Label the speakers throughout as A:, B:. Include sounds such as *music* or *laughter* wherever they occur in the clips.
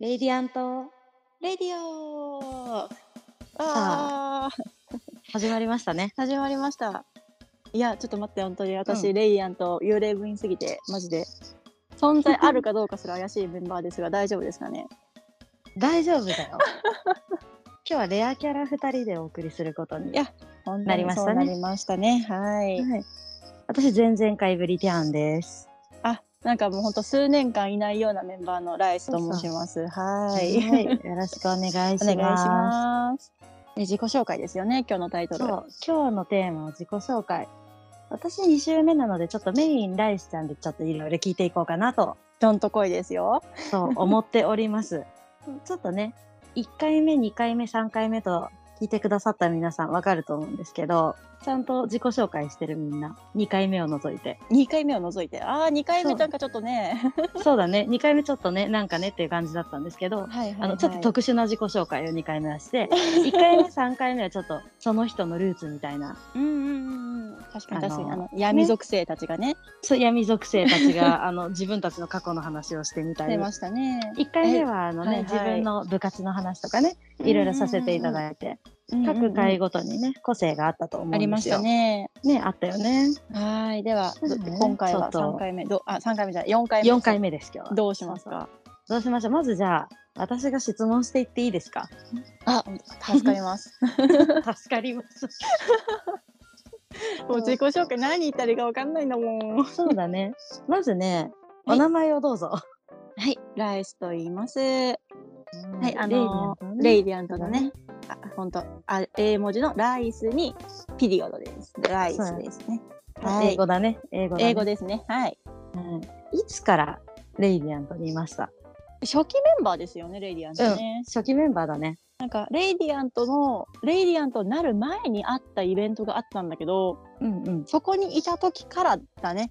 A: レイディアント
B: レディオ
A: あ
B: ああ、
A: 始まりましたね。
B: 始まりました。いや、ちょっと待って、本当に私、
A: う
B: レイアンと幽霊部員すぎて、マジで。存在あるかどうかすら怪しいメンバーですが、大丈夫ですかね。
A: 大丈夫
B: *laughs*
A: だよ。今日はレアキャラ2人でお送りすることに。
B: いや本当に
A: なりましたね
B: そうなりましたね。はい。
A: はい、私、前々回ぶりティアンです。
B: あ、なんかもう本当数年間いないようなメンバーのライスと申します。はい。
A: よろしくお願いします。
B: お願いします。ね自己紹介ですよね、今日のタイトル。
A: そう今日のテーマは自己紹介。私2週目なので、ちょっとメインライスちゃんでちょっといろいろ聞いていこうかなと、
B: どんとこいですよ。
A: そう思っております。ちょっとね、1回目、2回目、3回目と聞いてくださった皆さんわかると思うんですけど、ちゃんと自己紹介してるみんな、2回目を除い
B: *laughs*
A: て。
B: 2回目を除いて。ああ、2回目
A: そう
B: なんかちょっとね。
A: そうだね。2回目ちょっとね、なんかねっていう感じだったんですけど、
B: はいはい、
A: あの、ちょっと特殊な自己紹介を2回目は
B: *laughs*
A: して、1回目、3回目はちょっとその人のルーツみたいな、
B: うんうんうんうん確かに確かに
A: あ
B: あ
A: の
B: の闇属性たちがね
A: そう闇属性たち
B: *laughs*
A: が、あの、自分たちの過去の話をしてみた
B: 出
A: り。
B: ましたね
A: 1回目は、あのね、
B: はいはい
A: 自分の部活の話とかね、いろいろさせていた
B: い
A: だいて、
B: て
A: 各回ごとにね、個性があったと思うん
B: あ
A: ですよ。
B: りました。ね
A: ね、あったよね。
B: はいでは
A: そうだね
B: 今回は
A: ちょっと
B: 三回目どあ三回目じゃない四回目
A: 4回目です、今日は。
B: どうしますか
A: どうしましょう。まずじゃあ、私が質問していっていいです
B: *laughs*
A: か
B: あ助かります
A: 助かります。
B: *laughs* もう自己紹介何言ったらいいかわかんないんだもん
A: そうだね。まずね、
B: は
A: お
B: い
A: 名前をどうぞ。
B: はいライスと言いますは
A: はい
B: あのレイディアントのねあ本当あ英文字のライスにピリオドですライスですねはい
A: 英語だね。英語だね
B: 英語ですねはい
A: うんいつからレイディアントにいました。
B: 初期メンバーですよねレイディアントね、
A: 初期メンバーだね。
B: なんかレイディアントのレイディアントになる前にあったイベントがあったんだけど
A: うんうん。
B: そこにいた時からだね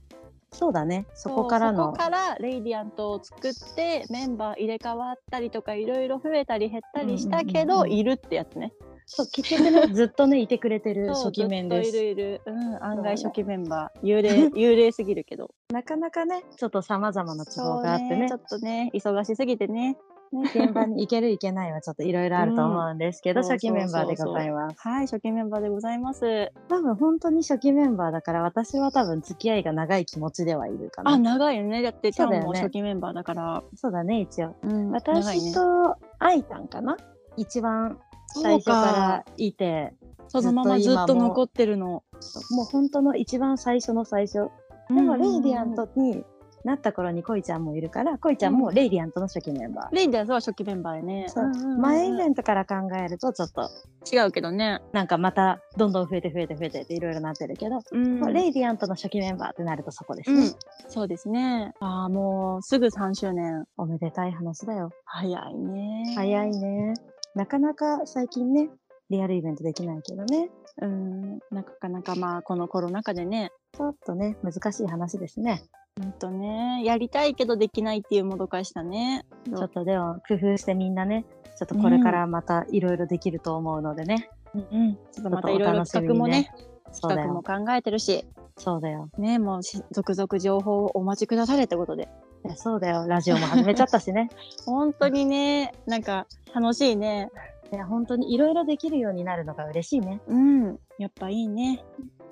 A: そうだね。そこから
B: そ
A: の
B: うそこからレイディアントを作ってメンバー入れ替わったりとかいろいろ増えたり減ったりした
A: う
B: けど、
A: んうんうんうん
B: いるってやつね
A: そう結局ねずっとねいてくれてる
B: そう
A: 初期面で
B: ずっと
A: す。
B: いるいる、うん、案外初期メンバー幽 *laughs* 霊幽霊すぎるけど
A: なかなかねちょっとさまざまな都合があってね
B: ちょっとね忙しすぎてね
A: ね現場に行ける行けないはちょっといろいろあると思うんですけど、
B: うん
A: 初期メンバーでございます。
B: はい初期メンバーでございます
A: 多分本当に初期メンバーだから私は多分付き合いが長い気持ちではいるか
B: あ
A: な。
B: 長いよねだってち
A: そ
B: ゃ
A: うんだよね
B: も初期メンバーだから
A: そうだね一応。
B: うん長い
A: 私
B: ね
A: とアイタンかな一番最初からいて
B: そのままずっと残ってるの。
A: もう本当の一番最初の最初でもレイディアントになった頃にコイちゃんもいるからコイちゃんもレイディアントの初期メンバー、
B: レイディアントは初期メンバーやね。
A: そう
B: うんうんうん
A: 前イベントから考えるとちょっと
B: 違うけどね。
A: なんかまたどんどん増えて増えて増えてっていろいろなってるけど、
B: うん
A: まあレイディアントの初期メンバーってなるとそこです
B: う
A: ね、
B: ん、そうですね。ああ、もうすぐ3周年。
A: おめでたい話だよ
B: 早いね。
A: 早い。ねなかなか最近ねリアルイベントできないけどね
B: うん、なかなかまあ、このコロナ禍でね。
A: ちょっとね難しい話ですね
B: ほんとね、やりたいけどできないっていうもどかしさね。
A: ちょっとでも工夫してみんなね、ちょっとこれからまたいろいろできると思うのでね。
B: うん、ちょっとまたいろいろ企画もね、
A: そう
B: 企
A: だ
B: 画も
A: よ。
B: 考えてるし、
A: そうだよ。
B: ね、もうし続々情報をお待ちくだされってことで。
A: いやそうだよ。ラジオも始めちゃったし
B: *laughs*
A: ね。
B: 本当にね、なんか楽しいね。
A: いや、本当にいろいろできるようになるのが嬉しいね。
B: うん、やっぱいいね。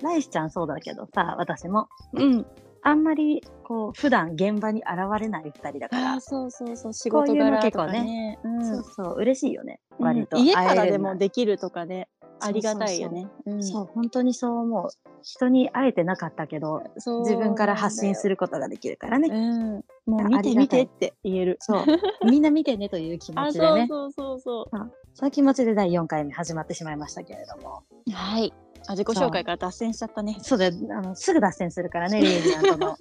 A: ライスちゃんそうだけどさ、私も。
B: うん。
A: あんまり、こう、普段現場に現れない二人だか
B: あ
A: ら
B: あ、。そうそうそう、仕
A: こうい
B: 事
A: うの
B: 柄と
A: 結構
B: か
A: ね
B: ね。う
A: そうそう、嬉しいよね。
B: ん
A: 割と。
B: うん家からで
A: 会え
B: も
A: る
B: できるとかで、
A: そうそうそう
B: ありがたいよね。うん
A: のそう、本当にそう思う。人に会えてなかったけど、
B: そう
A: 自分から発信す
B: る。
A: ることができるからね。
B: うん。もう
A: あ
B: 見
A: あり
B: て
A: が
B: 見
A: たい
B: てって言える。
A: *laughs* そう。みんな見てねという気持
B: あ、
A: ちで
B: そう
A: ね。
B: そうそうそ
A: そういう気持ちで第4回目始まってしまいましたけれども。
B: う。はい。あ、自己紹介から脱線しちゃったね。
A: そうだよ、あの、すぐ脱線するからね、レイディアント *laughs* の。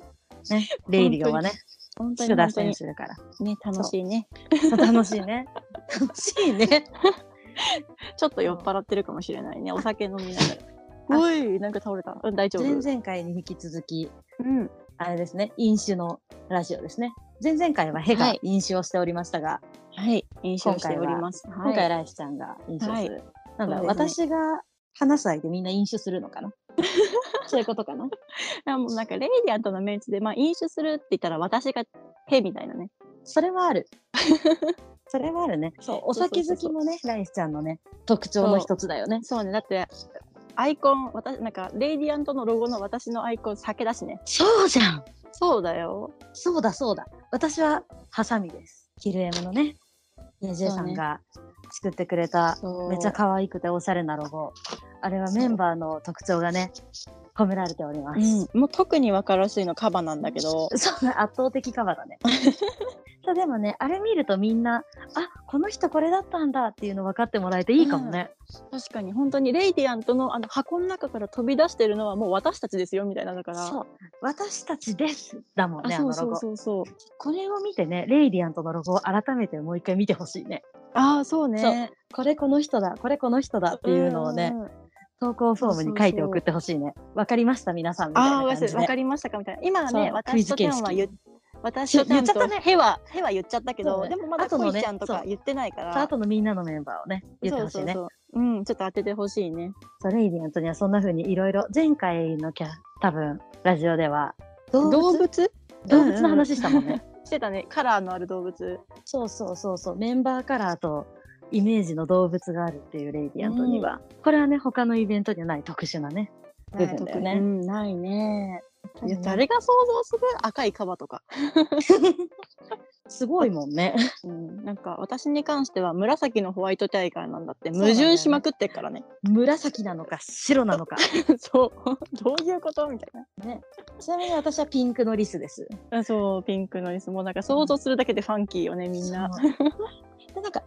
A: ね、レイディオはね、
B: 本当
A: す
B: に
A: ぐ脱
B: 本当
A: 線
B: に
A: するから。
B: ね、楽しいね。
A: 楽しいね。楽しいね。 *laughs*
B: ちょっと酔っ払ってるかもしれないね。お酒飲みなが
A: あ
B: ら。 *laughs* おい、なんか倒れた。うん、大丈夫。
A: 前々回に引き続き、
B: うん。
A: あれですね、飲酒のラジオですね。前々回はヘ
B: は
A: が
B: い
A: 飲酒をしておりましたが、
B: はい。飲酒をしております。
A: 今回
B: は
A: ライスちゃんが飲酒をする。なんだ、
B: そうです。
A: 私が話す相手みんな飲酒するのか *laughs* なそういうことかない
B: あもうなんか、レイディアントのメ
A: *laughs*
B: ンツで、まあ、飲酒するって言ったら、私が、へみたいなね。
A: それはある。それはあるね。そう、お
B: そうそ
A: 酒
B: うそう
A: 好
B: そ
A: き
B: う
A: もね、ライスちゃんのね、特徴の一つだよね。
B: そうね、だって、アイコン、私、なんか、レイディアントのロゴの私のアイコン、酒だしね。
A: そうじゃん
B: そうだよ。
A: そうだそうだ。私は、ハサミです。キルエムのね、JJ さんが作ってくれた、めっちゃ可愛くておしゃれなロゴ。あれはメンバーの特徴がね、込められております。
B: うん、もう特に分かりやすいのカバなんだけど、
A: *laughs* そうね、圧倒的カバーだ
B: *laughs*
A: ね。そうでもね、あれ見るとみんな、あこの人これだったんだっていうの分かってもらえていいかもね。
B: 確かに本当にレイディアントのあの箱の中から飛び出してるのはもう私たちですよみたいなだから。
A: そう。私たちですだもん
B: あ
A: ね、あ
B: そ
A: の
B: う
A: ロ
B: そう
A: ゴ。
B: そうそう。
A: これを見てね、レイディアントのロゴを改めてもう一回見てほしいね。
B: ああ、そうね。
A: これこの人だ、これこの人だっていうのをね
B: ん、うんうん。
A: 投稿フォームに書いて送ってほしいね。わかりました、皆さんみたい
B: ああ、
A: な
B: わ
A: 感じで。
B: かりましたかみたいな。今は
A: そう
B: ね、私と
A: クイ
B: テ
A: ズ
B: ン
A: 形
B: は
A: 式
B: 言私とテン
A: 言っちゃった
B: と
A: ね
B: ヘは、ヘは言っちゃったけ
A: そう
B: ど、
A: ね
B: でもまだ
A: 後
B: コ
A: の
B: イ
A: ね
B: ちゃんと
A: そ
B: か
A: う
B: 言ってないか
A: さあ、
B: ら。
A: あとのみんなのメンバーをね、言ってほしいね。
B: そうそうそう。うん、ちょっと当ててほしいね。
A: そうレイディアントにはそんな風にいろいろ前回のキャ多分ラジオでは動物
B: 動
A: 動物
B: 物
A: の話したもんね、
B: してたね。カラーのある動物。
A: *laughs* そうそうそうそうメンバーカラーとイメージの動物があるっていうレイディアントには、これはね他のイベントにはない特殊なね部分だよね
B: うん、ないね。いや
A: うん
B: 誰が想像する赤いカバとか。
A: すごいもん *laughs* ね
B: うん、なんか私に関しては紫のホワイトタイガーなんだって
A: そうなんだ
B: 矛
A: よね
B: 盾しまくってっからね
A: 紫なのか白なのか
B: *laughs* そう *laughs* どういうことみたい
A: *laughs* ちなみに私はピンクのリスです
B: なそうピンクの椅子もうなんか想像するだけでファンキーよねみんな
A: そう *laughs* でなんか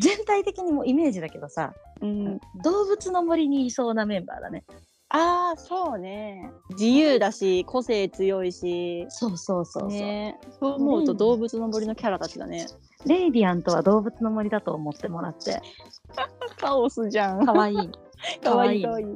A: 全体的にもうイメージだけどさ、
B: うん
A: 動物の森にいそうなメンバーだね
B: ああそうね自由だし個性強いし
A: そうそうそうそう、
B: ね、そう思うと動物の森のキャラたちだね
A: レイディアントは動物の森だと思ってもらって、
B: *laughs* カオスじゃ
A: *laughs*
B: ん
A: 可愛い
B: かわいい
A: か
B: か
A: わ
B: わいい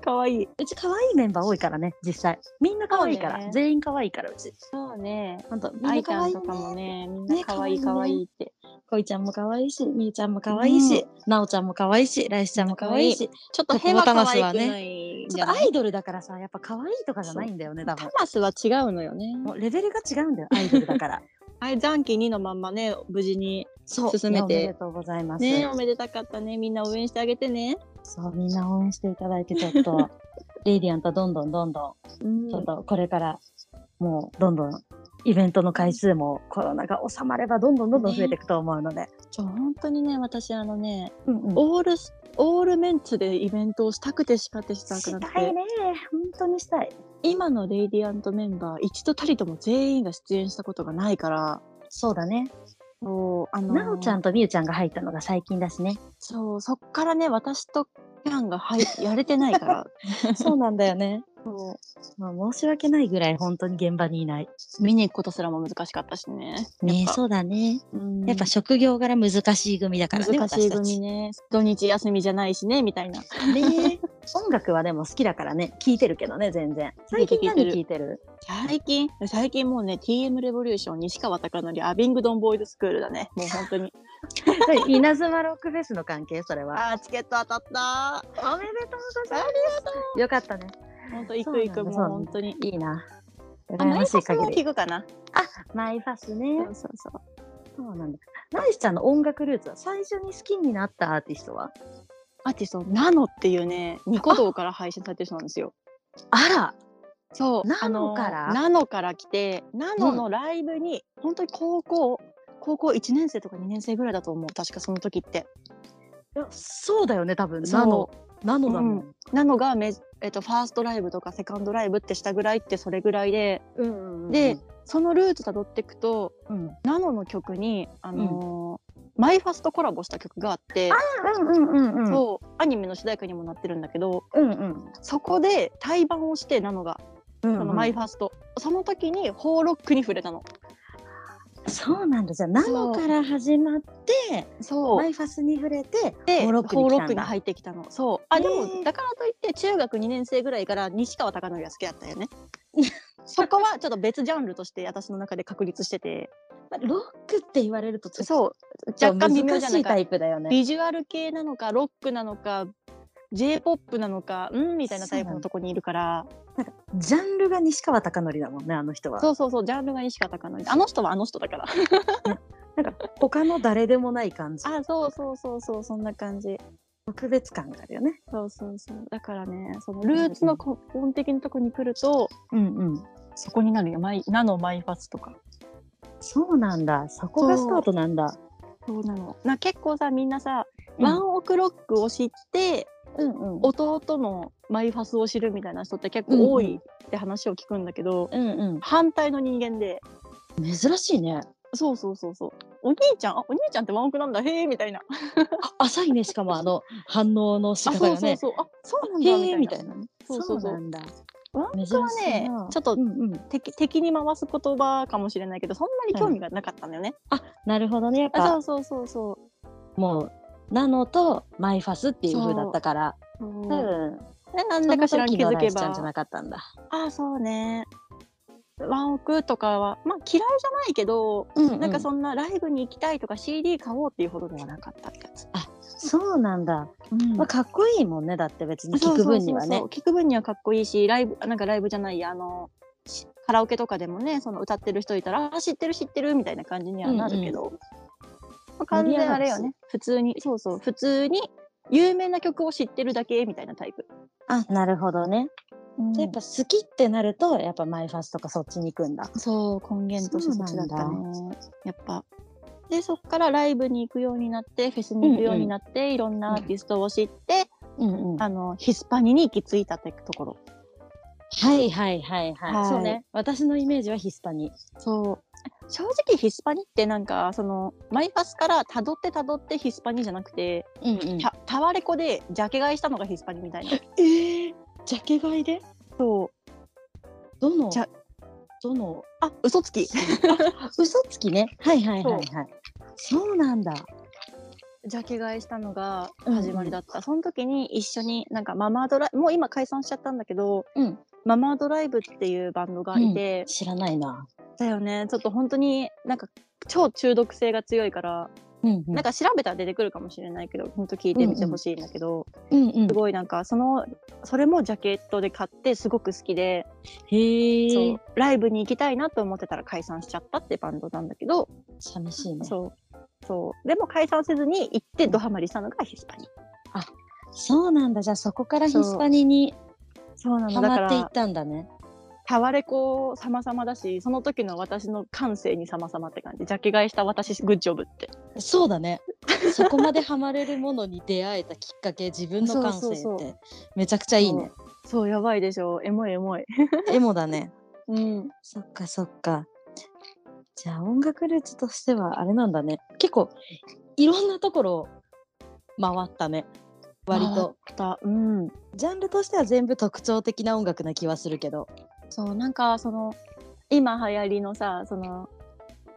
B: かわいいう
A: ち可愛いメンバー多いからね、実際。みんな可愛いから、
B: そうね
A: 全員可愛いから、うち。
B: そうね
A: ほんと、みん
B: ア
A: な
B: イち
A: 可
B: ゃ
A: 愛い
B: んと
A: よ
B: かも
A: ね。
B: ねみんなかわいいかわいいって
A: 恋ちゃんも可愛いし、みーちゃんも可愛いし、なおちゃんも可愛いし、ライスちゃんも可愛いし。
B: ちょっとヘマかわいく
A: ちょっとボタマスは
B: ないん
A: ち
B: じ
A: ょ
B: ゃ
A: っと
B: な
A: ア
B: い
A: イドルだからさ、やっぱ可愛いとかじゃないんだよね、多
B: タ
A: 分。
B: マスは違うのよね。
A: もうレベルが違うんだよ、アイドルだから。
B: あれ残機2のまんまね無事に
A: *laughs* そう。
B: 進め
A: い
B: て
A: やおめでとうございます。
B: ねおめでたかったねみんな応援してあげてね。
A: そう、みんな応援していただいて、ちょっ *laughs* と、レイディアントどんどんどんどん
B: うん
A: ちょっとこれからもうどんどんイベントの回数もコロナが収まればどんどんどんどん増えていくと思うので、
B: ちょ本当にね私あのね
A: うんうん
B: オールスオールメンツでイベントをしたくてしたくてしたくなっ
A: したい
B: て
A: ね本当にしたい
B: 今のレイディアントメンバー一度たりとも全員が出演したことがないから
A: そうだね
B: そうあの
A: なおちゃんとみゆちゃんが入ったのが最近だしね
B: そうそっからね私とキャンがはい *laughs* やれてないから
A: そうなんだよねまあ、申し訳ないぐらい本当に現場にいない
B: 見に行くことすらも難しかったしね。
A: ね
B: やっぱ
A: そうだね
B: うん
A: やっぱ職業柄難しい組だからね
B: 難しい
A: 私たち
B: 組ね土日休みじゃないしねみたいな
A: ね音楽はでも好きだからね聞いてるけどね全然最近何聞いてる
B: 最近最近もうね TM レボリューション西川貴教アビングドンボーイズスクールだねもう本当に
A: *laughs* それ稲妻ロックフェスの関係それは
B: あーチケット当たった
A: おめでとうござい
B: あ
A: ますよかったね
B: 本当行く行く
A: そうなんだ
B: もう
A: そうなんだ
B: 本当に
A: いいな。
B: あ
A: 羨
B: マ
A: ま
B: イ
A: しい
B: パスも
A: 限り。
B: 聞くかな
A: マイファス
B: そ
A: ね。
B: うそうそう
A: そうなんだ。ナイスちゃんの音楽ルーツは最初に好きになったアーティストは
B: アーティストナノっていうねニコ動から配信されてる人なんですよ
A: あら
B: そう
A: ナノから
B: あのナノから来てナノのライブに、本当に高校高校1年生とか2年生ぐらいだと思う確かその時って
A: そうだよね、多分。
B: そう
A: ナノ。ナノだも。
B: うんナノがめ、えっと、ファーストライブとかセカンドライブってしたぐらいってそれぐらいで
A: うん
B: で、そのルートたどっていくと
A: うん
B: ナノの曲に、あのーマイファスとコラボした曲があって
A: うんうんうん。う。
B: そうアニメの主題歌にもなってるんだけど
A: うんうん。
B: そこで対バンをしてナノが
A: うん
B: そのマイファスト、その時にホーロックに触れたの。
A: そうなんだ。じゃあ、ナノから始まって、
B: そ
A: マイファスに触れて、
B: で
A: ホー
B: ホー
A: ロ
B: ロ
A: ックに来たんだ
B: ックに入ってきたのそうあ
A: へ
B: でも
A: ー
B: だからといって中学2年生ぐらいから西川貴教が好きだったよ *laughs* ねそこはちょっと別ジャンルとして私の中で確立してて
A: まあロックって言われるとちょっ
B: そう
A: と
B: 若干微妙
A: 難
B: じゃ
A: し
B: ない
A: い
B: か
A: タイプだよね。
B: ビジュアル系なのかロックなのか j p o p なのかうんみたいなタイプのとこにいるから
A: ジャンルが西川貴教だもんね、あの人は。
B: そうそうそうジャンルが西川貴教あの人はあの人だから
A: なんか他の誰でもない感じ。
B: *laughs* あ、そうそうそうそう、そんな感じ。
A: 特別感があるよね。
B: そうそうそう。だからね、そのルーツの根本的なとこに来ると、
A: うんうん。
B: そこになるよ。マイ、ナのマイファスとか。
A: そうなんだ。そこがスタートなんだ。
B: そうなの。な結構さ、みんなさ、
A: うん
B: ワンオクロックを知って、
A: うんうん。
B: 弟のマイファスを知るみたいな人って結構多いって話を聞くんだけど、
A: うん
B: 反対の人間で、
A: うん。珍しいね。
B: そうそうそうそう。お兄ちゃん、あお兄ちゃんってワンオクなんだ、へえみたいな。
A: 浅いね、しかもあ *laughs* の反応の仕
B: あ、
A: 方
B: そう
A: が
B: そう
A: ね。
B: そう。あ、そうなんだ
A: へー
B: み
A: み
B: た
A: た
B: い
A: い
B: な。
A: なね。
B: そうそうそう
A: なんだ。
B: ワン
A: 珍
B: オクは
A: しい
B: ね
A: な、
B: ちょっと
A: うんうん。
B: 敵敵に回す言葉かもしれないけど、そんなに興味がなかったんだよね。
A: あ、なるほどね。やっ
B: あ、
A: ぱ
B: そうそうそうそう。
A: もうナノとマイファスっていう風だったから、
B: うん
A: 多分
B: ね、なん
A: そ
B: だ
A: の
B: かしら気
A: 時の
B: づ
A: ラ
B: け
A: イスちゃんじゃ
B: ば。
A: なかったんだ。
B: あそうね。ワンオクとかは、まあ嫌いじゃないけど、
A: うん
B: なんか
A: そ
B: そんなライブに行きたいとか CD 買おうっていうほどではなかったってやつ。
A: そうなんだ。
B: うん
A: まあ、かっこいいもんね。だって別に聞く分にはね。
B: そうそうそうそう聞く分にはかっこいいし、ライブ、あなんかライブじゃないや、あの、しカラオケとかでもね、その歌ってる人いたら、あ、知ってる知ってるみたいな感じにはなるけど、まあ完全あれよね、普通に、そうそう、普通に有名な曲を知ってるだけみたいなタイプ。
A: あ、なるほどね。
B: うん
A: やっぱ好きってなると、やっぱマイファスとかそっちに行くんだ。
B: そう、根源としてそっちだった
A: そう
B: ね。やっぱ。で、そこからライブに行くようになって、フェスに行くようになって、いろんなアーティストを知って、
A: うんうん。は
B: あの、ヒスパニに行き着いたってところ。
A: いはいはいはい。
B: はい
A: そうね。私のイメージはヒスパニ。
B: そう。正直ヒスパニってなんか、その、マイパスから辿って辿ってヒスパニじゃなくて、
A: うんうん
B: たタワレコでジャケ買いしたのがヒスパニみたいな。
A: ええジャケ買いで
B: *laughs* そう。
A: どの
B: じゃ
A: どの
B: あ、嘘つ *laughs* き。ジ
A: 嘘つきね。はいはいはいはい。そうなんだ。
B: ャケ買いしたのが始まりだった。その時に一緒になんかママドライブ、もう今解散しちゃったんだけど、
A: うん
B: ママドライブっていうバンドがいて、
A: 知らないな。
B: だよね、ちょっと本当になんか超中毒性が強いから、
A: うんうん
B: なんか調べたら出てくるかもしれないけど、本当聞いてみてほしいんだけど、
A: うんうん
B: すごいなんかそのそれもジャケットで買ってすごく好きで、
A: へえ。
B: そうライブに行きたいなと思ってたら解散しちゃったってバンドなんだけど、
A: 寂しいね。
B: そうそうでも解散せずに行ってドハマりしたのがヒスパニ
A: そうなんだ。じゃあそこからヒ
B: そう
A: スパニに
B: そうな
A: ハ
B: だか
A: マっていっ
B: ら
A: たんだね。
B: タワレコ様々だしその時の私の感性に様々って感じジャケ買いした私グッジョブって
A: そうだね。そこまでハマれるものに出会えたきっかけ、自分の感性
B: そうそう
A: っ
B: そ
A: てめちゃくちゃいいね。
B: そうやばいでしょエモいエモい
A: エモだね。
B: うん
A: そっかそっか。じゃあ音楽ルーツとしてはあれなんだね。結構いろんなところを回ったね。割と。
B: だうん
A: ジャンルとしては全部特徴的な音楽な気はするけど。
B: そうなんかその今流行りのさその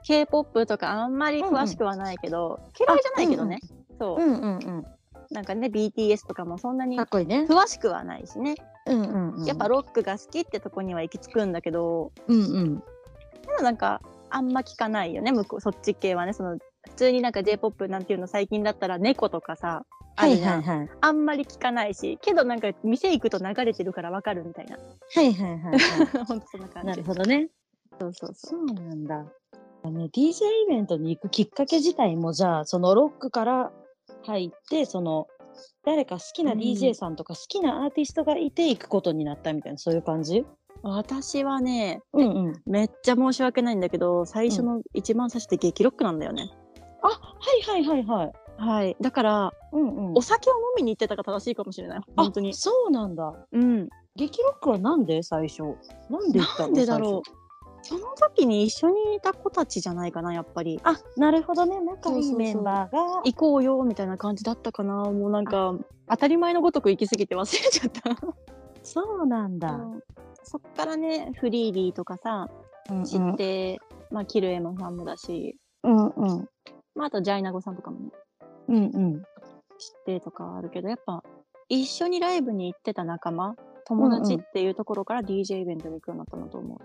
B: k p o p とかあんまり詳しくはないけど、嫌いじゃないけどね、そう、
A: んうんうん。
B: なんかね BTS とかもそんなに
A: かっこいいね。
B: 詳しくはないしね、
A: うんうんうん。
B: やっぱロックが好きってとこには行き着くんだけど
A: うんうん。
B: でもなんかあんま聞かないよね向こうそっち系はねその普通になんか j p o p なんていうの最近だったら猫とかさあ
A: は
B: る
A: い
B: じゃん、
A: はいはい。
B: あんまり聞かないしけどなんか店行くと流れてるからわかるみたいな *laughs*
A: はいはいはいは
B: ほんとそんな感
A: い。
B: じ
A: *laughs* なるほどね。
B: そうそうそ
A: そ
B: う
A: うなんだ。あの DJ イベントに行くきっかけ自体もじゃあそのロックから入ってその誰か好きな
B: うん
A: DJ さんとか好きなアーティストがいて行くことになったみたいなそういう感じ
B: 私はね
A: うんうん。
B: めっちゃ申し訳ないんだけど最初の一番最初って激ロックなんだよね、
A: あはいはいはいはい。
B: はいだから
A: うんうん
B: お。酒を飲みに行ってたが正しいかもしれない本当に
A: あそうなんだ。
B: うん
A: 激ロックはなんで最初なんで行ったの
B: なんでだろうその時に一緒にいた子たちじゃないかなやっぱり
A: 最初あなるほどね仲
B: そう
A: い
B: そ
A: い
B: うそう
A: メンバーが
B: 行こうよみたいな感じだったかなもうなんか当たり前のごとく行き過ぎて忘れちゃった
A: そうなんだ。
B: そっからねフリーリーとかさ
A: うんうん
B: 知って、まあキルエモンさんもだし
A: うんうん
B: まああとジャイナゴさんとかもね
A: うんうん。
B: 知ってとかあるけどやっぱ一緒にライブに行ってた仲間友達っていうところから DJ イベントに行くようになったなと思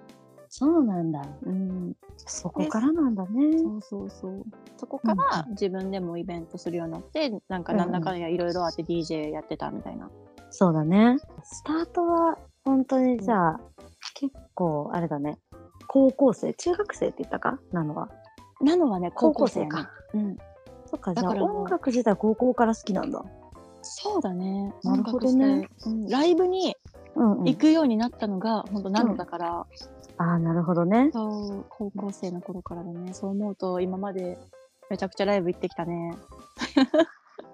A: そうなんだ。
B: う。うん、
A: そこからなんだね。
B: そうそうそう。そこから自分でもイベントするようになって、なんかなんだかんやいろいろあって DJ やってたみたいな。
A: そうだね。スタートは本当にじゃあ、結構あれだね。高校生、中学生って言ったかなのは。
B: なのはね高校生か。うん、
A: そっか、じゃあ
B: だからもう
A: 音楽自体高校から好きなんだ。
B: そうだね。
A: なるほどね
B: 音楽自体。うんライブに
A: うん、うん
B: 行くようになったのが、本当なのだから、
A: ああ、なるほどね。
B: そう高校生の頃からだね。そう思うと今までめちゃくちゃライブ行ってきたね。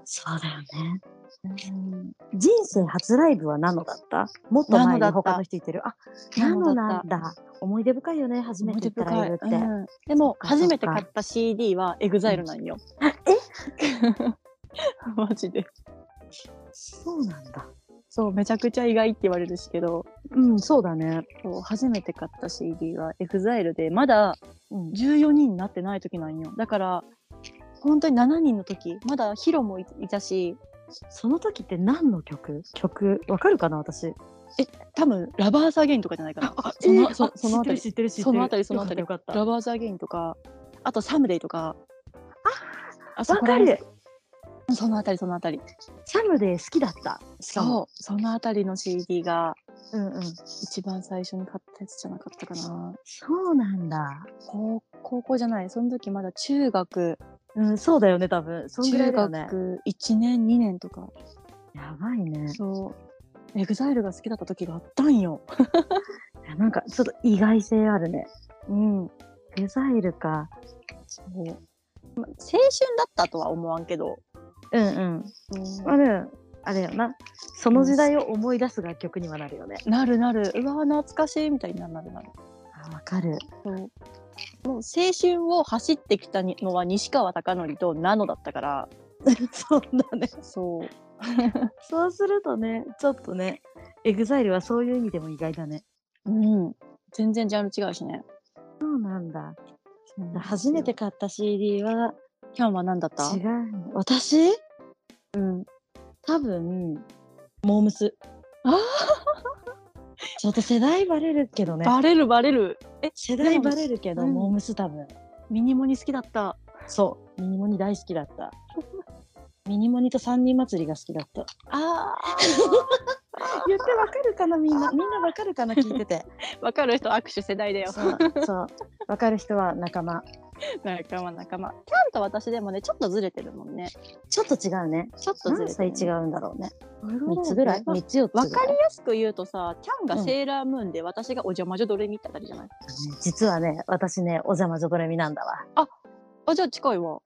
A: そうだよね。
B: うん、
A: 人生初ライブはナノだったもっと前
B: ナノだ
A: に
B: った
A: 他の人言ってる。あ、ナ
B: ナ
A: ノ
B: ノだ
A: な
B: っ
A: ん
B: た
A: だ。思い出深いよね、初めて行ったライブって。
B: うんでも
A: っかそっか
B: 初めて買った CD は EXILE なんよ。え *laughs* マジで。
A: そうなんだ。
B: そうめちゃくちゃ意外って言われるしけど
A: うん、そうだね。
B: そう初めて買った CD は EXILE でまだ
A: うん、
B: 14人になってない時なんよだから本当に7人の時まだヒロもいいたし
A: その時って何の曲曲、わかるかな、私。
B: 多分ラバーズ・アゲインとかじゃないかな
A: そ
B: そ
A: の
B: の
A: そ
B: そ
A: そ
B: そ
A: の *laughs*
B: の
A: あた
B: あた
A: り
B: り
A: 知ってる知ってる
B: そのあたりそのあたり
A: よかったよかっ
B: ラバーズ・アゲインとかあとサムデイとかあ
A: たわかる
B: そのあたりそのあたり
A: サムで好きだったしかも
B: そうそのあたりの CD が
A: うんうん
B: 一番最初に買ったやつじゃなかったかな
A: そうなんだ
B: 高高校じゃないその時まだ中学
A: うんそうだよね多分そんぐらい
B: 中
A: だよね
B: 学1年2年とか
A: やばいね
B: そうエグザイルが好きだった時があったんよ
A: いやなんかちょっと意外性あるね
B: うん
A: エザイルか
B: そうま青春だったとは思わんけど、
A: うんうんあれあれよなその時代を思い出す楽曲にはなるよね
B: なるなるうわ懐かしいみたいになるなるなる
A: あわかる *laughs*
B: そうもう青春を走ってきたのは西川貴教とナノだったから
A: そうだね
B: そう
A: そうするとねちょっとねエグザイルはそういう意味でも意外だね
B: うん全然ジャンル違うしね
A: そうなんだ初めて買った CD は
B: キャンは何だった
A: 違う私
B: うん
A: 多分モームス
B: あー
A: ちょっと世代バレるけどね
B: バレるバレる
A: 世代バレるけど、
B: うん
A: モームス多分
B: ミニモニ好きだった
A: そうミニモニ大好きだったミニモニと三人祭りが好きだった
B: あ *laughs*
A: 言ってわかるかなみん *laughs* なみんなわかるかな聞いてて
B: 分かる人握手世代だよ
A: そうそうわかる人は仲間
B: 仲間仲間キャンと私でもねちょっとずれてるもんね
A: ちょっと違うね
B: ちょっとず
A: 何
B: れて
A: 歳違
B: る
A: うんだろうね
B: 3
A: 3つぐらい
B: わ
A: 3つ4つぐらい
B: わかりやすく言うとさキャン
A: う
B: が
A: ん
B: セーラームーンで、私がお邪魔女ドレミってあたりじゃない
A: 実はね私ねお邪魔女ドレミなんだわ
B: あじゃあ近いわ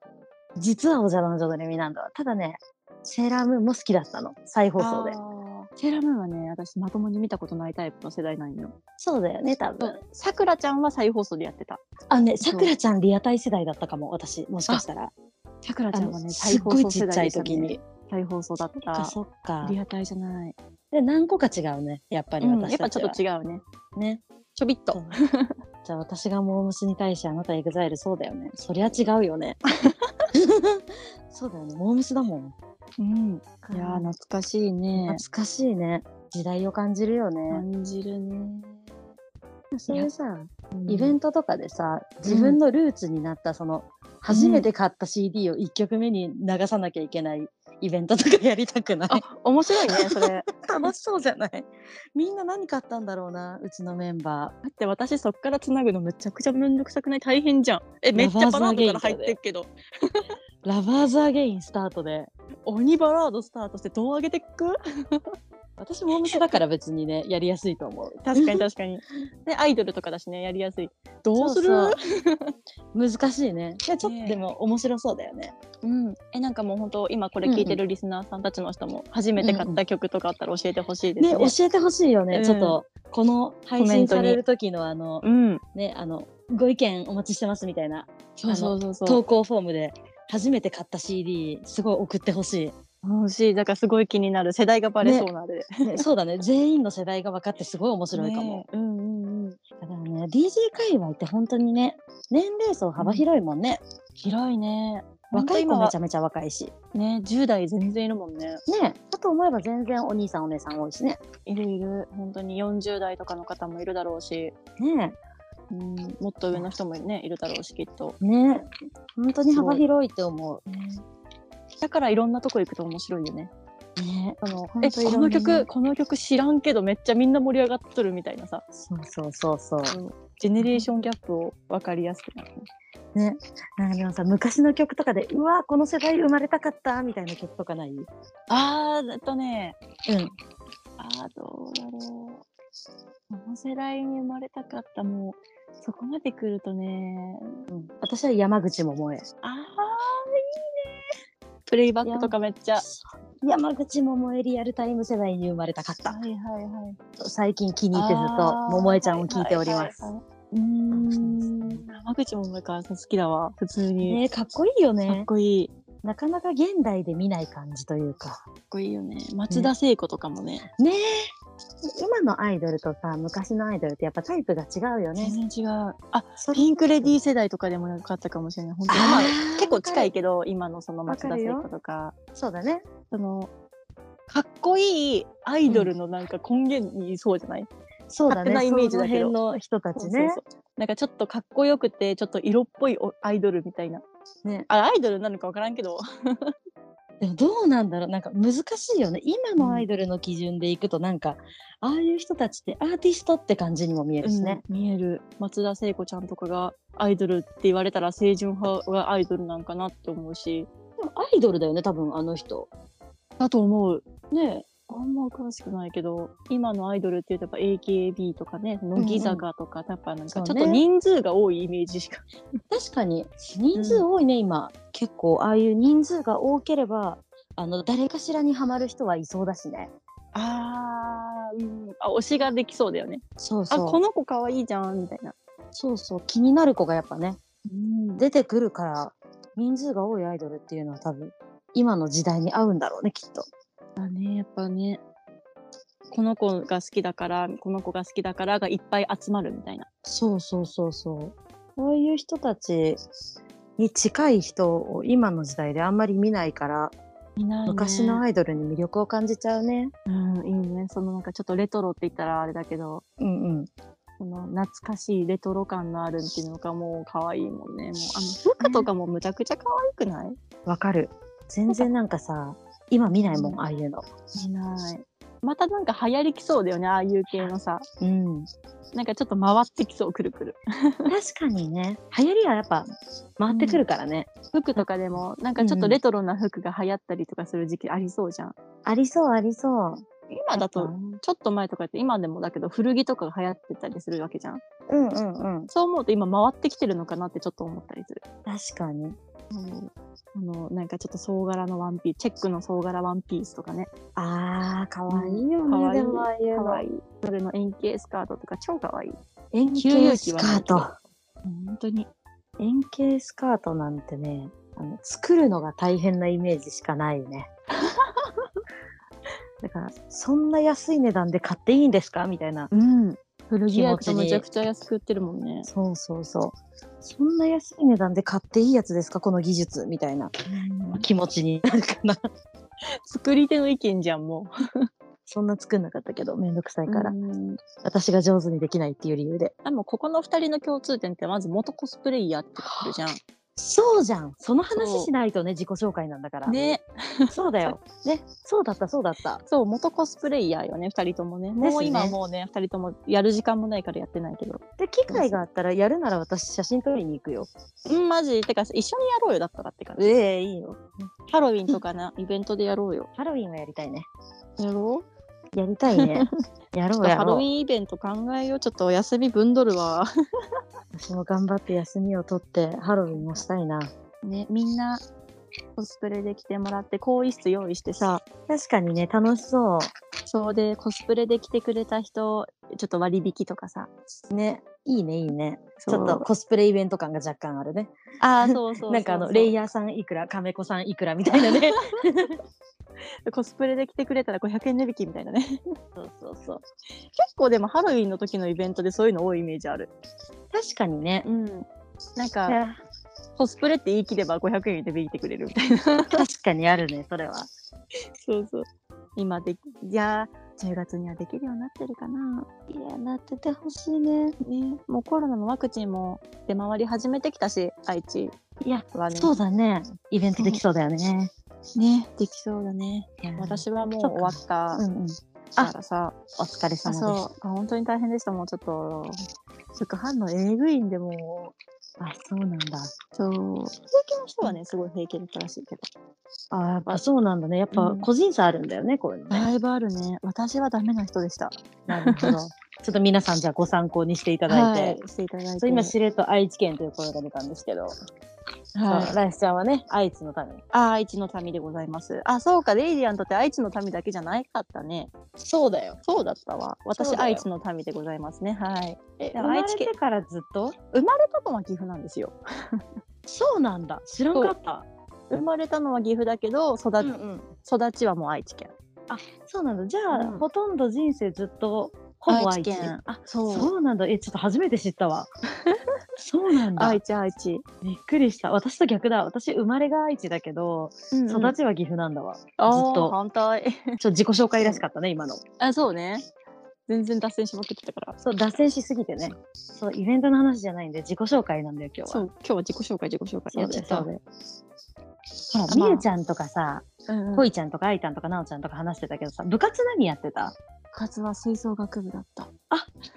A: 実はお邪魔女ドレミなんだわただねセーラームーンも好きだったの再放送で
B: あーセーラームーンはね私まともに見たことないタイプの世代なんよ
A: そうだよね多分
B: さくらちゃんは再放送でやってた
A: あのね、
B: そ
A: さ
B: う
A: くらちゃんリアタイ世代だったかも、私、もしかしたら。
B: さくら
A: あ
B: ちゃん
A: の
B: はね
A: す
B: 再
A: っ
B: 放
A: ごい
B: 送
A: ち
B: 世
A: っちゃ
B: 代
A: い
B: でした、ね、
A: 時に。
B: 再放送だっ
A: そっか、
B: た
A: そっか。
B: リアタイじゃない、
A: で、何個か違うね、やっぱり
B: うん
A: 私
B: やったぱ
A: ち
B: ち
A: は
B: ょっと違うね
A: ね。
B: ちょびっと
A: *laughs* じゃあ私がモームスに対してあなたエグザイルそうだよね。そりゃ違うよ
B: *laughs*
A: ね。そうだよね、モームスだもん。
B: うんいやー懐かしいね
A: 懐かしいね。時代を感じるよね。
B: 感じるね
A: そういうさ、イ
B: イ
A: ベ
B: ベン
A: ントとかでさ、自分のルーツになった、その、初めて買った CD を1曲目に流さなきゃいけないイベントとかやりたくない
B: あ面白いね *laughs* それだ
A: 楽しそうじゃないみんな何買ったんだろうなうちのメンバ
B: って私そっからつなぐのめちゃくちゃめんどくさくない大変じゃんえめっちゃバラードから入ってるけど
A: ーラバーズ・アゲインスタートで
B: 鬼バラードスタートしてどう上げてっく
A: 私もお店だから別にねやりやすいと思う
B: 確 *laughs* かに確かにでアイドルとかだしねやりやすいどうする
A: そう *laughs* そう難しいねいやちょっと、
B: ねえ
A: でも面白そうだよね
B: うん、えなんかもう本当今これ聞いてるリスナーさんたちの人も初めて買った曲とかあったら教えてほしいですね,、
A: ね教えてほしいよね、
B: うん
A: ちょっとこの配
B: コメ
A: 信
B: ン
A: さ
B: トに
A: れる時のあの
B: うん
A: ねあのご意見お待ちしてますみたいな
B: そうそうそうそう
A: 投稿フォームで初めて買った CD すごい送ってほし
B: 楽しいだからすごい気になる世代がバレそうなあれで、
A: い、ね *laughs* そうだね全員の世代が分かってすごい面白いかも、
B: ねうんうんうん
A: だからね、DJ 界隈って本当にね、年齢層幅広いもんね。
B: 広いね
A: 若い子
B: は
A: めちゃめちゃ若いし。
B: ね10代全然いるもんね
A: ねえ、かと思えば全然お兄さんお姉さん多いしね。
B: いるいる本当に40代とかの方もいるだろうし、
A: ね
B: うん、もっと上の人もねいるだろうしきっと、
A: え、ねえ、本当に幅広いって思
B: だからいろんなとこ行くと面白いよね
A: う。ね
B: その
A: ほん
B: え
A: といろ
B: こ
A: んな
B: の曲この曲知らんけどめっちゃみんな盛り上がっとるみたいなさ
A: そうそうそうそう。
B: ジェネレーションギャップを分かりやすくなるね
A: ね。なんかでもさ、昔の曲とかで、うわ、この世代生まれたかった、みたいな曲とかないうん。
B: あー、えっとね、あー、どうだろう。この世代に生まれたかった、もう、そこまで来るとね、
A: うん、私は山口百恵。
B: あー、いいね。プレイバックとかめっちゃ。
A: 山口百恵リアルタイム世代に生まれたかった。
B: はいはいはい。
A: 最近気に入ってずっと、百恵ちゃんを聴いております。
B: はいはいはいはい。うーん、山口百恵か、好きだわ、普通に。
A: ねかっこいいよ
B: かっ
A: ね。
B: こいい。
A: なかなか現代で見ない感じというか。
B: かっこいいよね。松田聖子とかもね、
A: ねえ。今のアイドルとさ、昔のアイドルってやっぱタイプが違うよね。
B: 全然違う。あ、
A: そ
B: ピンクレディー世代とかでもよかったかもしれない。本当に。まあ結構近いけど、今のその松田聖子とか、
A: そうだね。
B: その、かっこいいアイドルのなんか根源にいそうじゃない、
A: そうだね。
B: 勝手なイメージだけど
A: その辺の人た
B: そ
A: ち
B: うそう
A: ね
B: そ。うなんかちょっとかっこよくて、ちょっと色っぽいおアイドルみたいな。
A: ね。
B: あ、アイドルなのかわからんけど。
A: でもどうなんだろうなんか難しいよね今のアイドルの基準でいくとなんか、ああいう人たちってアーティストって感じにも見えるしね、
B: うん見える。松田聖子ちゃんとかがアイドルって言われたら、清純派がアイドルなんかなって思うし。
A: でもアイドルだよね多分あの人
B: だと思う。
A: ね
B: あんま詳しくないけど、今のアイドルっていうとやっぱ AKB とかね、乃木坂とか、やっぱなん
A: そ
B: か
A: うね
B: ちょっと人数が多いイメージしか。
A: 確かに人数多いね、今結構ああいう人数が多ければあの誰かしらにはまる人はいそうだしね
B: あー、うん、あ、推しができそうだよね。
A: そう
B: あ、こ
A: そう
B: の子可愛いじゃん、みたいな。
A: そうそう気になる子がやっぱね
B: うん
A: 出てくるから人数が多いアイドルっていうのは多分今の時代に合うんだろうねきっと
B: だね、やっぱね、この子が好きだから、この子が好きだからがいっぱい集まるみたいな。
A: そうそうそうそう。こういう人たちに近い人を今の時代であんまり見ないから、
B: いない、ね。
A: 昔のアイドルに魅力を感じちゃうね。
B: うん、いいね。そのなんかちょっとレトロって言ったらあれだけど、
A: うんうん。
B: その懐かしいレトロ感のあるっていうのがもう可愛いもんね。もうあの服とかもむちゃくちゃ可愛くない
A: わかる。全然なんかさ、今見ないもん、ああいうの。
B: いない。またなんか流行りきそうだよね、ああいう系のさ。
A: うん。
B: なんかちょっと回ってきそう、くるくる。
A: 確かにね、流行りはやっぱ回ってくるからね。
B: 服とかでも、なんかちょっとレトロな服が流行ったりとかする時期ありそうじゃん。
A: ありそうありそう。
B: 今だと、ちょっと前とかって今でもだけど古着とかが流行ってたりするわけじゃん。
A: うんうんうん。
B: そう思うと今回ってきてるのかなってちょっと思ったりする。
A: 確かに。
B: うんあの、なんかちょっと総柄のワンピース、チェックの総柄ワンピースとかね。
A: あー、かわいいよ
B: うんか
A: ね。
B: わいい
A: でもああいう
B: 可愛
A: の。
B: いそれの円形スカートとか超可愛い
A: 円
B: 給
A: 形
B: 油
A: ス
B: 機
A: カ
B: は
A: ート。
B: 本当に
A: 円形スカートなんてねあの作るのが大変なイメージしかないね *laughs* だからそんな安い値段で買っていいんですかみたいな
B: うん古着
A: 気持
B: 屋
A: ち
B: と
A: に
B: めちゃくちゃ安く売ってるもんね
A: そうそうそうそんな安い値段で買っていいやつですかこの技術みたいな気持ちになるかな
B: 作り手の意見じゃんも
A: そんな作んなかったけどめんどくさいうから、
B: うん
A: 私が上手にできないっていう理由で
B: でもここの二人の共通点ってまず元コスプレイヤーってことるじゃん
A: そうじゃんその
B: そ
A: 話
B: う
A: しないとね自己紹介なんだから
B: ね
A: そうだ *laughs* よねそうだったそうだった
B: そう元コスプレイヤーよね二人ともね
A: ね
B: もう今はもうね二人ともやる時間もないからやってないけど
A: で機会があったらやるなら私写真撮りに行くよ
B: うんマジてか一緒にやろうよだったらって感じ
A: ええいいよ
B: ハロウィンとか *laughs* なイベントでやろうよ
A: ハロウィンはやりたいね。
B: やろう
A: やりたいね。 *laughs* や
B: ち
A: ろ
B: ょっ
A: う
B: と
A: や
B: ハロウ
A: ろう。
B: ィンイベント考えよう。ちょっとお休み分取るわ。
A: 私も頑張って休みを取ってハロウィンもしたいな。
B: ね、みんなコスプレで来てもらって、更衣室用意してさ、
A: 確かにね、楽しそ
B: そうでコスプレで来てくれた人、ちょっと割引とかさ。
A: う。ね。いいね、いいね。ち
B: そう
A: ょっとコスプレイベント感が若干あるね。 *laughs*
B: ああ、そうそう *laughs* そうそう
A: なんかあの、レイヤーさんいくら、亀子さんいくらみたいなね。
B: コスプレで来てくれたら500円値引きみたいなね。結
A: そうそうそう。
B: 構でもハロウィンの時のイベントでそういうの多いイメージある。
A: *laughs* 確かにね。
B: うん。なん
A: い
B: か、
A: や
B: コスプレって言い切れば500円で引いてくれるみたいな。
A: 確かにあるね、それは。
B: そうそう。今でき、じゃあ、10月にはできるようになってるかな。
A: いや、なっててほしいね。
B: ね、もうコロナのワクチンも出回り始めてきたし、愛知
A: いや、
B: はね。
A: そうだね。イベントできそうだよね。
B: ね、できそうだね。
A: いや、
B: 私はもう
A: そっ
B: 終
A: か
B: わった
A: うんうん。
B: からさ、
A: お疲れ様
B: あ
A: でした。
B: そうあ、本当に大変でした。もうちょっと、副反応えぐいんで、も
A: あ、そうなんだ。
B: そう。平気の人はね、すごい平気だったらしいけど。
A: あ、やっぱそうなんだね。やっぱ
B: うん
A: 個人差あるんだよね、こういうのね。
B: だいぶあるね。私はダメな人でした。
A: なる *laughs* ほど。ちょっと皆さんじゃあご参考にしていただいて。
B: はい。していただい
A: そ
B: て。
A: う今、しれっと愛知県という声が出たんですけど、
B: はい。
A: ライスちゃんはね、愛知のために。
B: あ愛知の民でございます。あ、そうか、レイディアントって愛知の民だけじゃないかったね。
A: そうだよ。
B: そうだったわ。
A: そう
B: 私、
A: だよ
B: 愛知の民でございますね。はい。
A: え、
B: で
A: 生
B: も
A: まれ
B: 愛知県
A: てからずっと
B: 生まれたのは岐阜なんですよ。
A: そうなんだ。知らんかった。
B: 生まれたのは岐阜だけど、育,、
A: うん
B: 育ちはもう愛知県。
A: そうなんだ。じゃあ、
B: うん
A: ほとんど人生ずっと、ほぼ愛知。
B: あ、
A: そう
B: そう。
A: なんだ。え、ちょっと初めて知った
B: *laughs*
A: わ。そうなんだ。
B: 愛知、愛知。
A: びっくりした。私と逆だ。私、生まれが愛知だけど、育
B: ち
A: ちは岐阜なんだわ。ずっ
B: あー
A: と。
B: 反対。
A: ちょっと自己紹介らしかったね、今の。
B: あ、そうね。全然脱線しまくってたから。
A: そう、脱線しすぎてね。そう、イベントの話じゃないんで、自己紹介なんだよ、今日
B: そ
A: は。
B: う、今日は自己紹介、自己紹介。
A: そうだよ
B: やっちゃったほら、
A: み
B: まあ
A: ゆちゃんとかさ、
B: うんうん
A: ほいちゃんとかあいたんとかなおちゃんとか話してたけどさ、部活何やってた
B: 部活は吹奏楽部だった。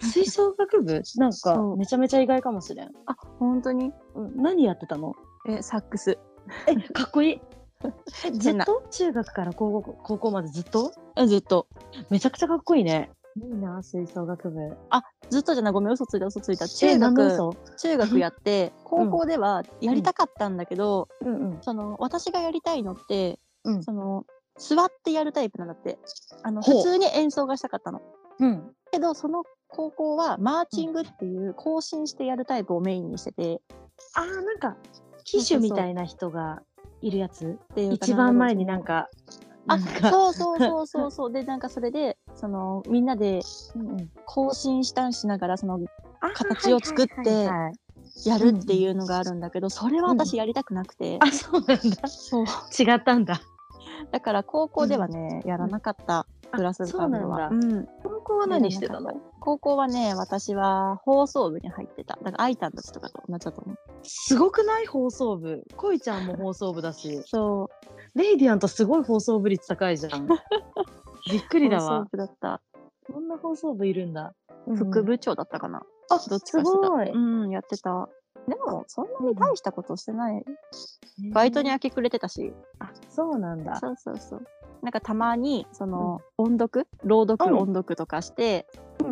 A: 吹奏楽部なんか
B: そう
A: めちゃめちゃ意外かもしれん。
B: あ、本当に
A: うん何やってたの
B: え、サックス。
A: え、かっこいい。え、ず
B: 変
A: っ
B: な
A: と中学から高校高校までずっと
B: あずっと。
A: めちゃくちゃかっこいいね。いいな、吹奏楽部。
B: ずっとじゃない、ごめん、嘘ついた、嘘ついた。
A: え
B: 中
A: 何の
B: 学、
A: 嘘
B: 中学やって、 *laughs* 高校ではやりたかったんだけど、
A: うんうん。
B: その、私がやりたいのって、
A: うん
B: その、座ってやるタイプなんだって。あの、
A: ほう
B: 普通に演奏がしたかったの。
A: うん。
B: けど、その高校はマーチングっていう、行進してやるタイプをメインにしてて、
A: あー、なんか、騎手みたいな人がいるやつ
B: っていうか
A: 一番前になん。か、
B: あ、
A: なんか
B: そうそうそうそうそう。で、なんかそれで、その、みんなで
A: うんうん
B: 更新したんしながら、その、
A: あー
B: 形を作って
A: はいはいはいはい
B: やるっていうのがあるんだけど、それは私やりたくなくて。
A: あ、そうなんだ。
B: そう。
A: 違ったんだ。
B: だから高校ではね、やらなかったクラス
A: そう
B: 感で
A: なんだ
B: は。。うん。
A: 高校は何してたの
B: 高校はね、私は放送部に入ってた。だから、アイタンたちとかと同じだと思う。
A: すごくない放送部。恋ちゃんも放送部だし、
B: そ
A: レイディアントすごい放送部率高いじゃ *laughs* ん。びっく
B: う。
A: り
B: 放
A: だ
B: 送
A: わ。
B: 部だった。
A: こんな放送部いるんだ。
B: 副部長だったかな。
A: あ、
B: どっち
A: す
B: かしてた。
A: ごい。
B: うん、やってた。でも、そんなに大したことしてない。バイトに明け暮れてたし。
A: あ、そうなんだ。
B: そうそうそう。なんかたまにその、音読朗読、
A: うん
B: 音読とかして、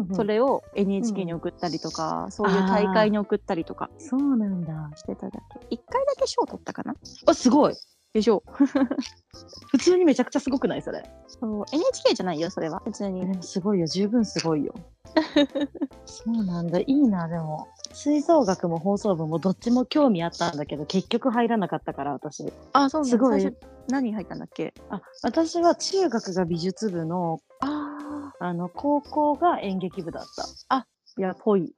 B: そ
A: それ、
B: れを NHK に送ったりとか、そういう大会に送ったりとか
A: そうなんだ。
B: してただけ一回だけ賞取ったかな
A: あ、すごい。
B: でしょ *laughs*
A: 普通にめちゃくちゃすごくないそれ。
B: そう NHK じゃないよそれは普通に、
A: でもすごいよ。十分すご *laughs* いよ。そうなんだ。いいな、でも。吹奏楽も放送部もどっちも興味あったんだけど、結局入らなかったから、私。
B: あそう
A: なんだ
B: すごい
A: 最
B: 何入ったんだっけ
A: あ私は中学が美術部の
B: あ
A: あの高校が演劇部だった。
B: いやぽ *laughs* い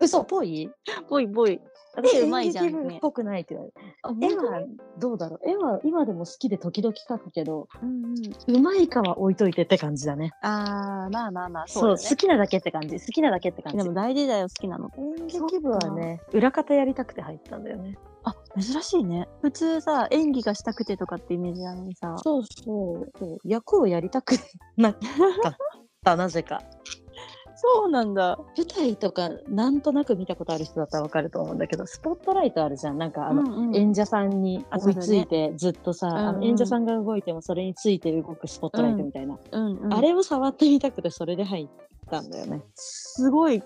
A: 嘘っぽい
B: ぽいぽい
A: 私
B: 絵うまいじゃん
A: 演劇部っぽくないって言われる。
B: あ本
A: 絵
B: 当
A: はどうだろう絵は今でも好きで時々描くけど、
B: うんうん
A: うまいかは置いといてって感じだね。
B: あーまあまあまあ
A: そう,、
B: そうだ
A: 好
B: ね
A: きなだけって感じ。好きなだけって感じ。
B: でも大事だよ好きなの
A: 演劇部はね、裏方やりたくて入ったんだよね。
B: あ珍しいね普通さ演技がしたくてとかってイメージなのにさ
A: そうそう。役をやりたくなかった、なぜか。
B: そうなんだ
A: *laughs* 舞台とかなんとなく見たことある人だったらわかると思うんだけどスポットライトあるじゃんなんかあの、
B: うんうん
A: 演者さんに追いついてずっとさ、あ
B: う
A: の
B: んうん
A: 演者さんが動いてもそれについて動くスポットライトみたいな、
B: うんうん
A: あれを触ってみたくてそれで入ったんだよね
B: すごい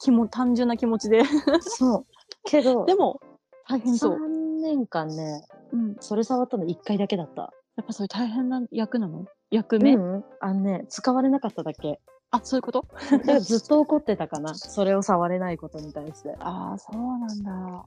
B: 気も単純な気持ちで
A: そうけど
B: *laughs* でも大変そう、
A: 3年間ね
B: うん、や
A: それ触ったの1回だけだった
B: っぱそれ大変な役なの役目、
A: うんあのね使われなかっただ *laughs* け
B: あそういうこと
A: だからずっと怒ってたかなそれを触れないことに対して
B: ああそうなんだ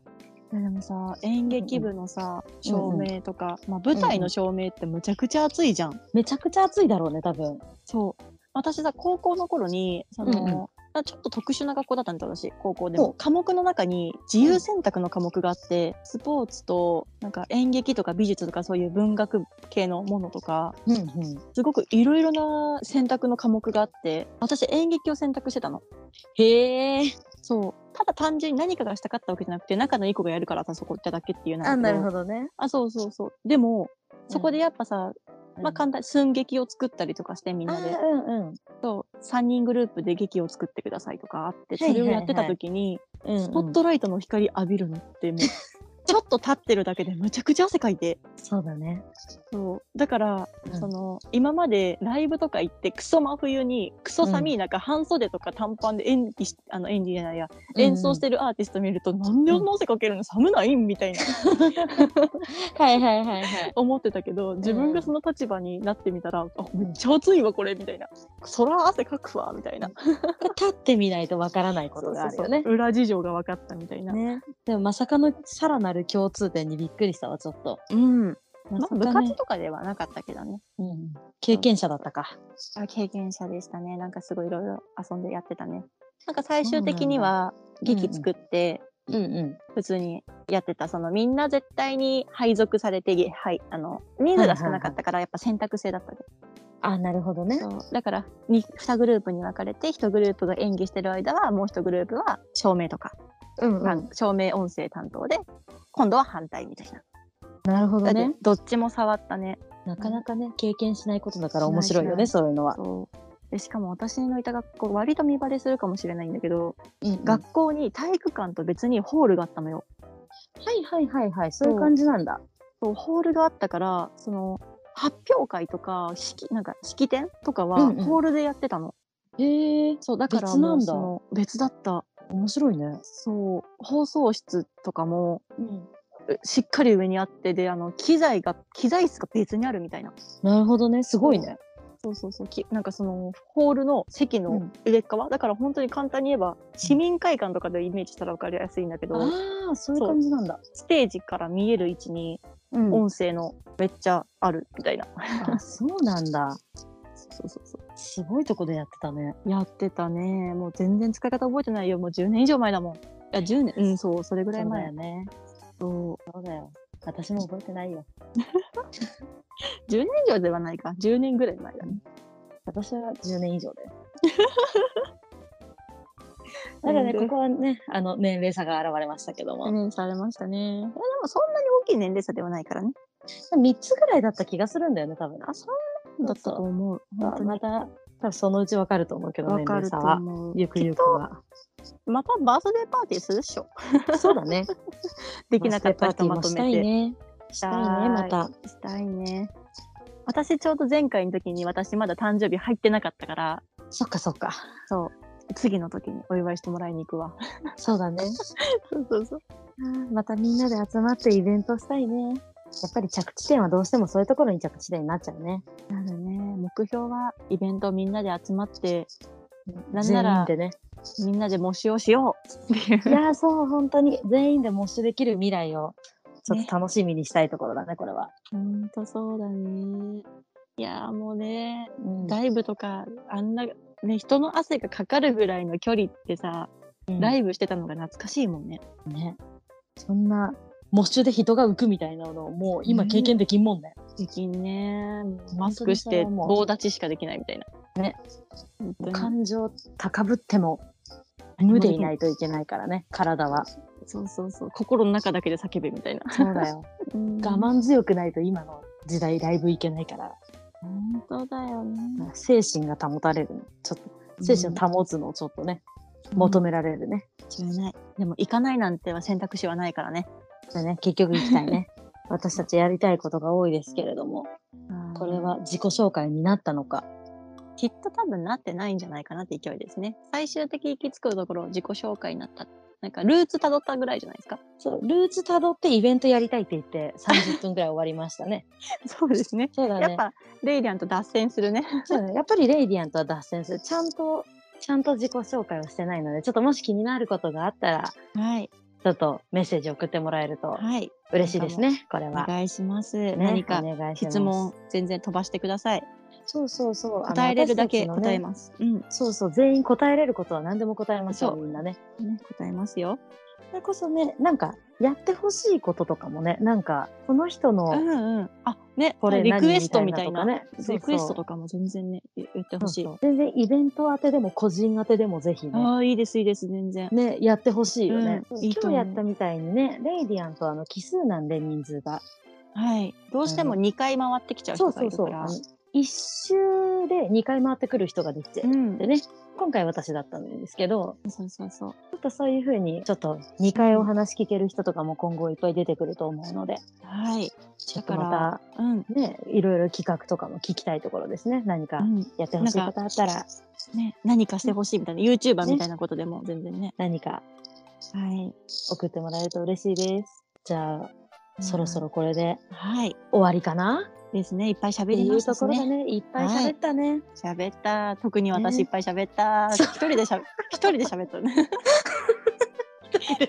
B: いやでもさ演劇部のさ、照明とか、まあ、舞台の照明ってむちゃくちゃ熱いじゃん、
A: めちゃくちゃ暑いだろうね多分
B: そう私さ高校の頃にその、
A: うんうん
B: あちょっと特殊な学校だったんだ私高校で
A: ほ
B: も
A: う
B: 科目の中に自由選択の科目があって、スポーツとなんか演劇とか美術とかそういう文学系のものとか
A: うんうん
B: すごくいろいろな選択の科目があって私演劇を選択してたの
A: へえ
B: そうただ単純に何かがしたかったわけじゃなくて仲のいい子がやるからさそこ行っただけっていう
A: あ
B: ん
A: な
B: だけ
A: るほどね
B: あそうそうそうでもそこでやっぱさ、ま
A: か
B: あ
A: ん
B: 簡単寸劇を作ったりとかしてみんなで
A: うんうん
B: そう3人グループで劇を作ってくださいとかあって
A: はいはい
B: そ
A: はい
B: れをやってた時に、
A: うん
B: スポットライトの光浴びるのってもうちょっと立ってるだけでむちゃくちゃ汗かいて
A: そうだね。
B: そうだから、
A: うん
B: その今までライブとか行ってクソ真冬にクソ寒い中、半袖とか短パンで演技しあの演技じゃないや、演奏してるアーティスト見るとなんであんな汗かけるの寒ないみたいな
A: はいはいはい *laughs* はい。
B: 思ってたけど自分がその立場になってみたら、あめっちゃ暑いわこれみたいなそら汗かくわみたいな
A: 立ってみないとわからないことがあるよね。
B: そうそう裏事情が分かったみたいな、
A: ね、でもまさかのさらなる共通点にびっくりしたわちょっと、
B: うん
A: まさ
B: ま
A: か
B: あ、部
A: ね
B: 活とかではなかったけどね。
A: うん、経験者だったか
B: あ経験者でしたね。なんかすごいいろいろ遊んでやってたね。なんか最終的には劇作って、
A: うんうん
B: 普通にやってた、そのみんな絶対に配属されて、げはい、あの、人数が少なかったから、やっぱ選択制だったね。
A: あなるほどね
B: そうだから2、二グループに分かれて、1グループが演技してる間は、もう1グループは照明とか、
A: うん、
B: あの照明音声担当で、今度は反対みたいな。
A: なるほどね
B: だってどっちも触ったね。
A: なかなかね経験しないことだから面白いよね
B: し
A: そういうのは、
B: そうでしかも私のいた学校割と見バレするかもしれないんだけど、
A: うんうんはい
B: 学校に体育館と別にホールがあったのよ
A: はいはいはいそういう感じなんだ
B: そうホールがあったからその発表会とか式なんか式典とか
A: う
B: は
A: んうん
B: ホールでやってたの、
A: へえ
B: そうだから
A: 別なん
B: もう
A: だ
B: その別だった
A: 面白いね、
B: そう放送室とかも
A: うん、
B: えしっかり上にあってであの機材が機材室が別にあるみたいな
A: なるほどねすごいね
B: そうそうそうきなんかそのホールの席
A: う
B: の
A: ん
B: 上っ側、だから本当に簡単に言えば市民会館とかでイメージしたら分かりやすいんだけど、
A: ああそういう感じなんだ
B: ステージから見える位置に
A: う、ん、
B: 音声のめっちゃあるみたいな、
A: あそうなんだ
B: そうそうそ
A: すごいとこでやってたね
B: うやってたねもう全然使い方覚えてないよもう10年以上前だもんいや10年うんそうそれぐらい
A: そうだ
B: 前
A: よね
B: そう
A: そうだよ私も覚えてないよ
B: 10年以上ではないか10年ぐらい前だね
A: 私は10年以上だ *laughs* よ。だからね、
B: なんで
A: ここはね、あの、年齢差が現れましたけども。
B: 年されましたねでもそんなに大きい年齢差ではないからね
A: 3つぐらいだった気がするんだよね、多分。
B: あそうだったと思う
A: まあまた、多分そのうちわかると思うけど、
B: 分
A: 年
B: か
A: 齢
B: ると
A: 差は。
B: 思う
A: ゆくゆくは。
B: またバースデーパーティーするっしょ
A: そうだね。
B: できなかった
A: バースデ
B: 人
A: ーパーテ
B: ま
A: ィーも
B: と
A: し
B: め
A: たい
B: て
A: ね。したいね、また。
B: したいね私ちょうど前回の時に私まだ誕生日入ってなかったから
A: そっかそっか。
B: そう次の時にお祝いしてもらいに行くわ
A: そうだね。
B: そうそうそう
A: またみんなで集まってイベントしたいね。やっぱり着地点はどうしてもそういうところに着地点になっちゃうね。
B: なるね目標はイベントみんなで集まってなんな
A: 全員
B: ら
A: でね。
B: みんなで模試をしようっていう
A: いやーそう本当に全員で模試できる未来をちょっと楽しみにしたいところだねこれは、
B: ほんとそうだねいやーもうね
A: うん
B: ライブとかあんなね人の汗がかかるぐらいの距離ってさ、
A: うん
B: ライブしてたのが懐かしいもんね
A: ねそんな模試で人が浮くみたいなのをもう今
B: ね
A: 経験できんもんね、
B: 最近ね
A: 当にそれはもう
B: マスクして棒立ちしかできないみたいな
A: ね
B: 本当
A: もう
B: に
A: 感情高ぶっても無でいないといけないからね体は
B: そうそうそう心の中だけで叫べみたいな
A: そうだ *laughs* よ我
B: 我
A: 慢強くないと今の時代ライブいけないから
B: 本当だよね。
A: 精神が保たれるちょっと精神を保つのをちょっとね、求められるね
B: めない。でも行かないなんては選択肢はないからね。
A: でね結局行きたい *laughs* ね私たちやりたいことが多いですけれどもこれは自己紹介になったのか。
B: きっと多分なってないんじゃないかなって勢いですね。最終的に行き着くところ自己紹介になった。なんかルーツ辿ったぐらいじゃないですか。
A: そう、ルーツたどってイベントやりたいって言って30分くらい終わりましたね。
B: そうですね。
A: *laughs* *laughs* そうだ
B: やっ
A: ね。
B: ぱレイリアンと脱線するね。
A: そうだねやっぱりレイディアントは脱線する。ちゃんと、ちゃんと自己紹介をしてないので、ちょっともし気になることがあったら、
B: はい
A: ちょっとメッセージ送ってもらえると
B: はい
A: 嬉しいですね、これ
B: お
A: は。
B: 願いします。
A: ね
B: 何か
A: お願いします
B: 質問全然飛ばしてください。
A: そうそうそう。
B: 答えれるだけ答え
A: す。
B: ます。うん
A: そうそう、全員答えれることは何でも答えましょう、
B: そ
A: みんなね。
B: ね答えますよ。
A: それこそね、なんか、やってほしいこととかもね、なんか、この人の、
B: うんうん。あね
A: これ
B: リ
A: 何
B: クエストみたいな
A: みたいなとかねそうそう
B: リクエストとかも全然ね言言ってほしい。
A: そうそう全然イベント当てでも個人当てでもぜひね、
B: ああいいですいいです全然。
A: ね、やってほしいよね。
B: うんいい
A: 今
B: と
A: 日
B: 思う
A: やったみたいにね、レイディアンとあの奇数なんで人数が。
B: はい。どうしても
A: う
B: 2回回ってきちゃう
A: そ
B: 人
A: うそ
B: がいうる
A: そう。
B: か
A: あ
B: ら
A: の。一周通で2回回ってくる人ができて、
B: ん
A: でね、今回私だったんですけど、
B: そうそうそう。
A: ちょっとそういうふうに、ちょっと2回お話聞ける人とかも今後いっぱい出てくると思うので、
B: はい。
A: ちょ
B: だ
A: っと
B: から
A: ま
B: うん。
A: たね、いろいろ企画とかも聞きたいところですね。何か
B: うん
A: やってほしいことあったら、
B: ね、何かしてほしいみたいな、YouTuber みたいなことでも全然ね。
A: 何か
B: はい。
A: 送ってもらえると嬉しいです。じゃあ、そろそろこれで
B: はい。
A: 終わりかな
B: ですね。いっぱい喋
A: って
B: り
A: い
B: ま
A: う
B: した
A: と
B: し
A: ころだ
B: ね。
A: ね。いっぱい喋ったね。
B: 喋った。特に私
A: ね
B: いっぱい喋った。一人でしゃ、一人で
A: *laughs*
B: 喋ったね。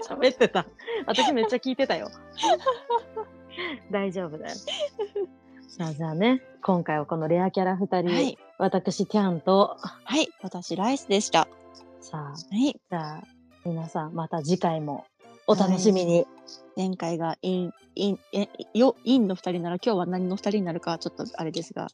A: 喋ってた。私めっちゃ聞いてたよ。大丈夫だよ。さあじゃあね、今回はこのレアキャラ2人、
B: はい。
A: 私、キャンと、
B: はい。私、ライスでした。は
A: さあ、
B: い。
A: じゃあ、皆さんまた次回もお楽しみに。
B: 前回がイン、イン、え、よ、インの二人なら今日は何の二人になるかちょっとあれですが、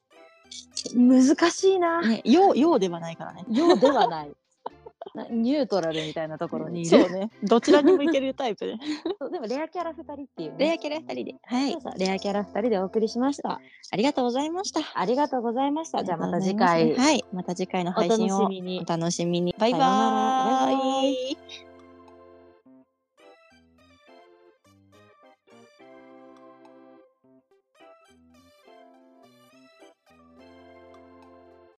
A: 難しいな。
B: ね、よう、ようではないからね。
A: ようではない。 *laughs* なニュートラルみたいなところにい
B: *laughs* そう
A: る。
B: ね。どちらにもいけるタイ *laughs* プで。
A: そうでもレアキャラ2人っていう、ね。
B: レアキャラ二人で。は
A: そうそうレアキャラ2人でお送りしました。
B: ありがとうございました。
A: ありがとうございました。じゃあまた次
B: あ
A: 回
B: りがとうございますはい。また次回の
A: お
B: 配
A: 楽
B: 信を
A: し
B: お
A: みに。
B: 楽しみに。バイバ
A: さようなら
B: ー
A: バイバ
B: イ。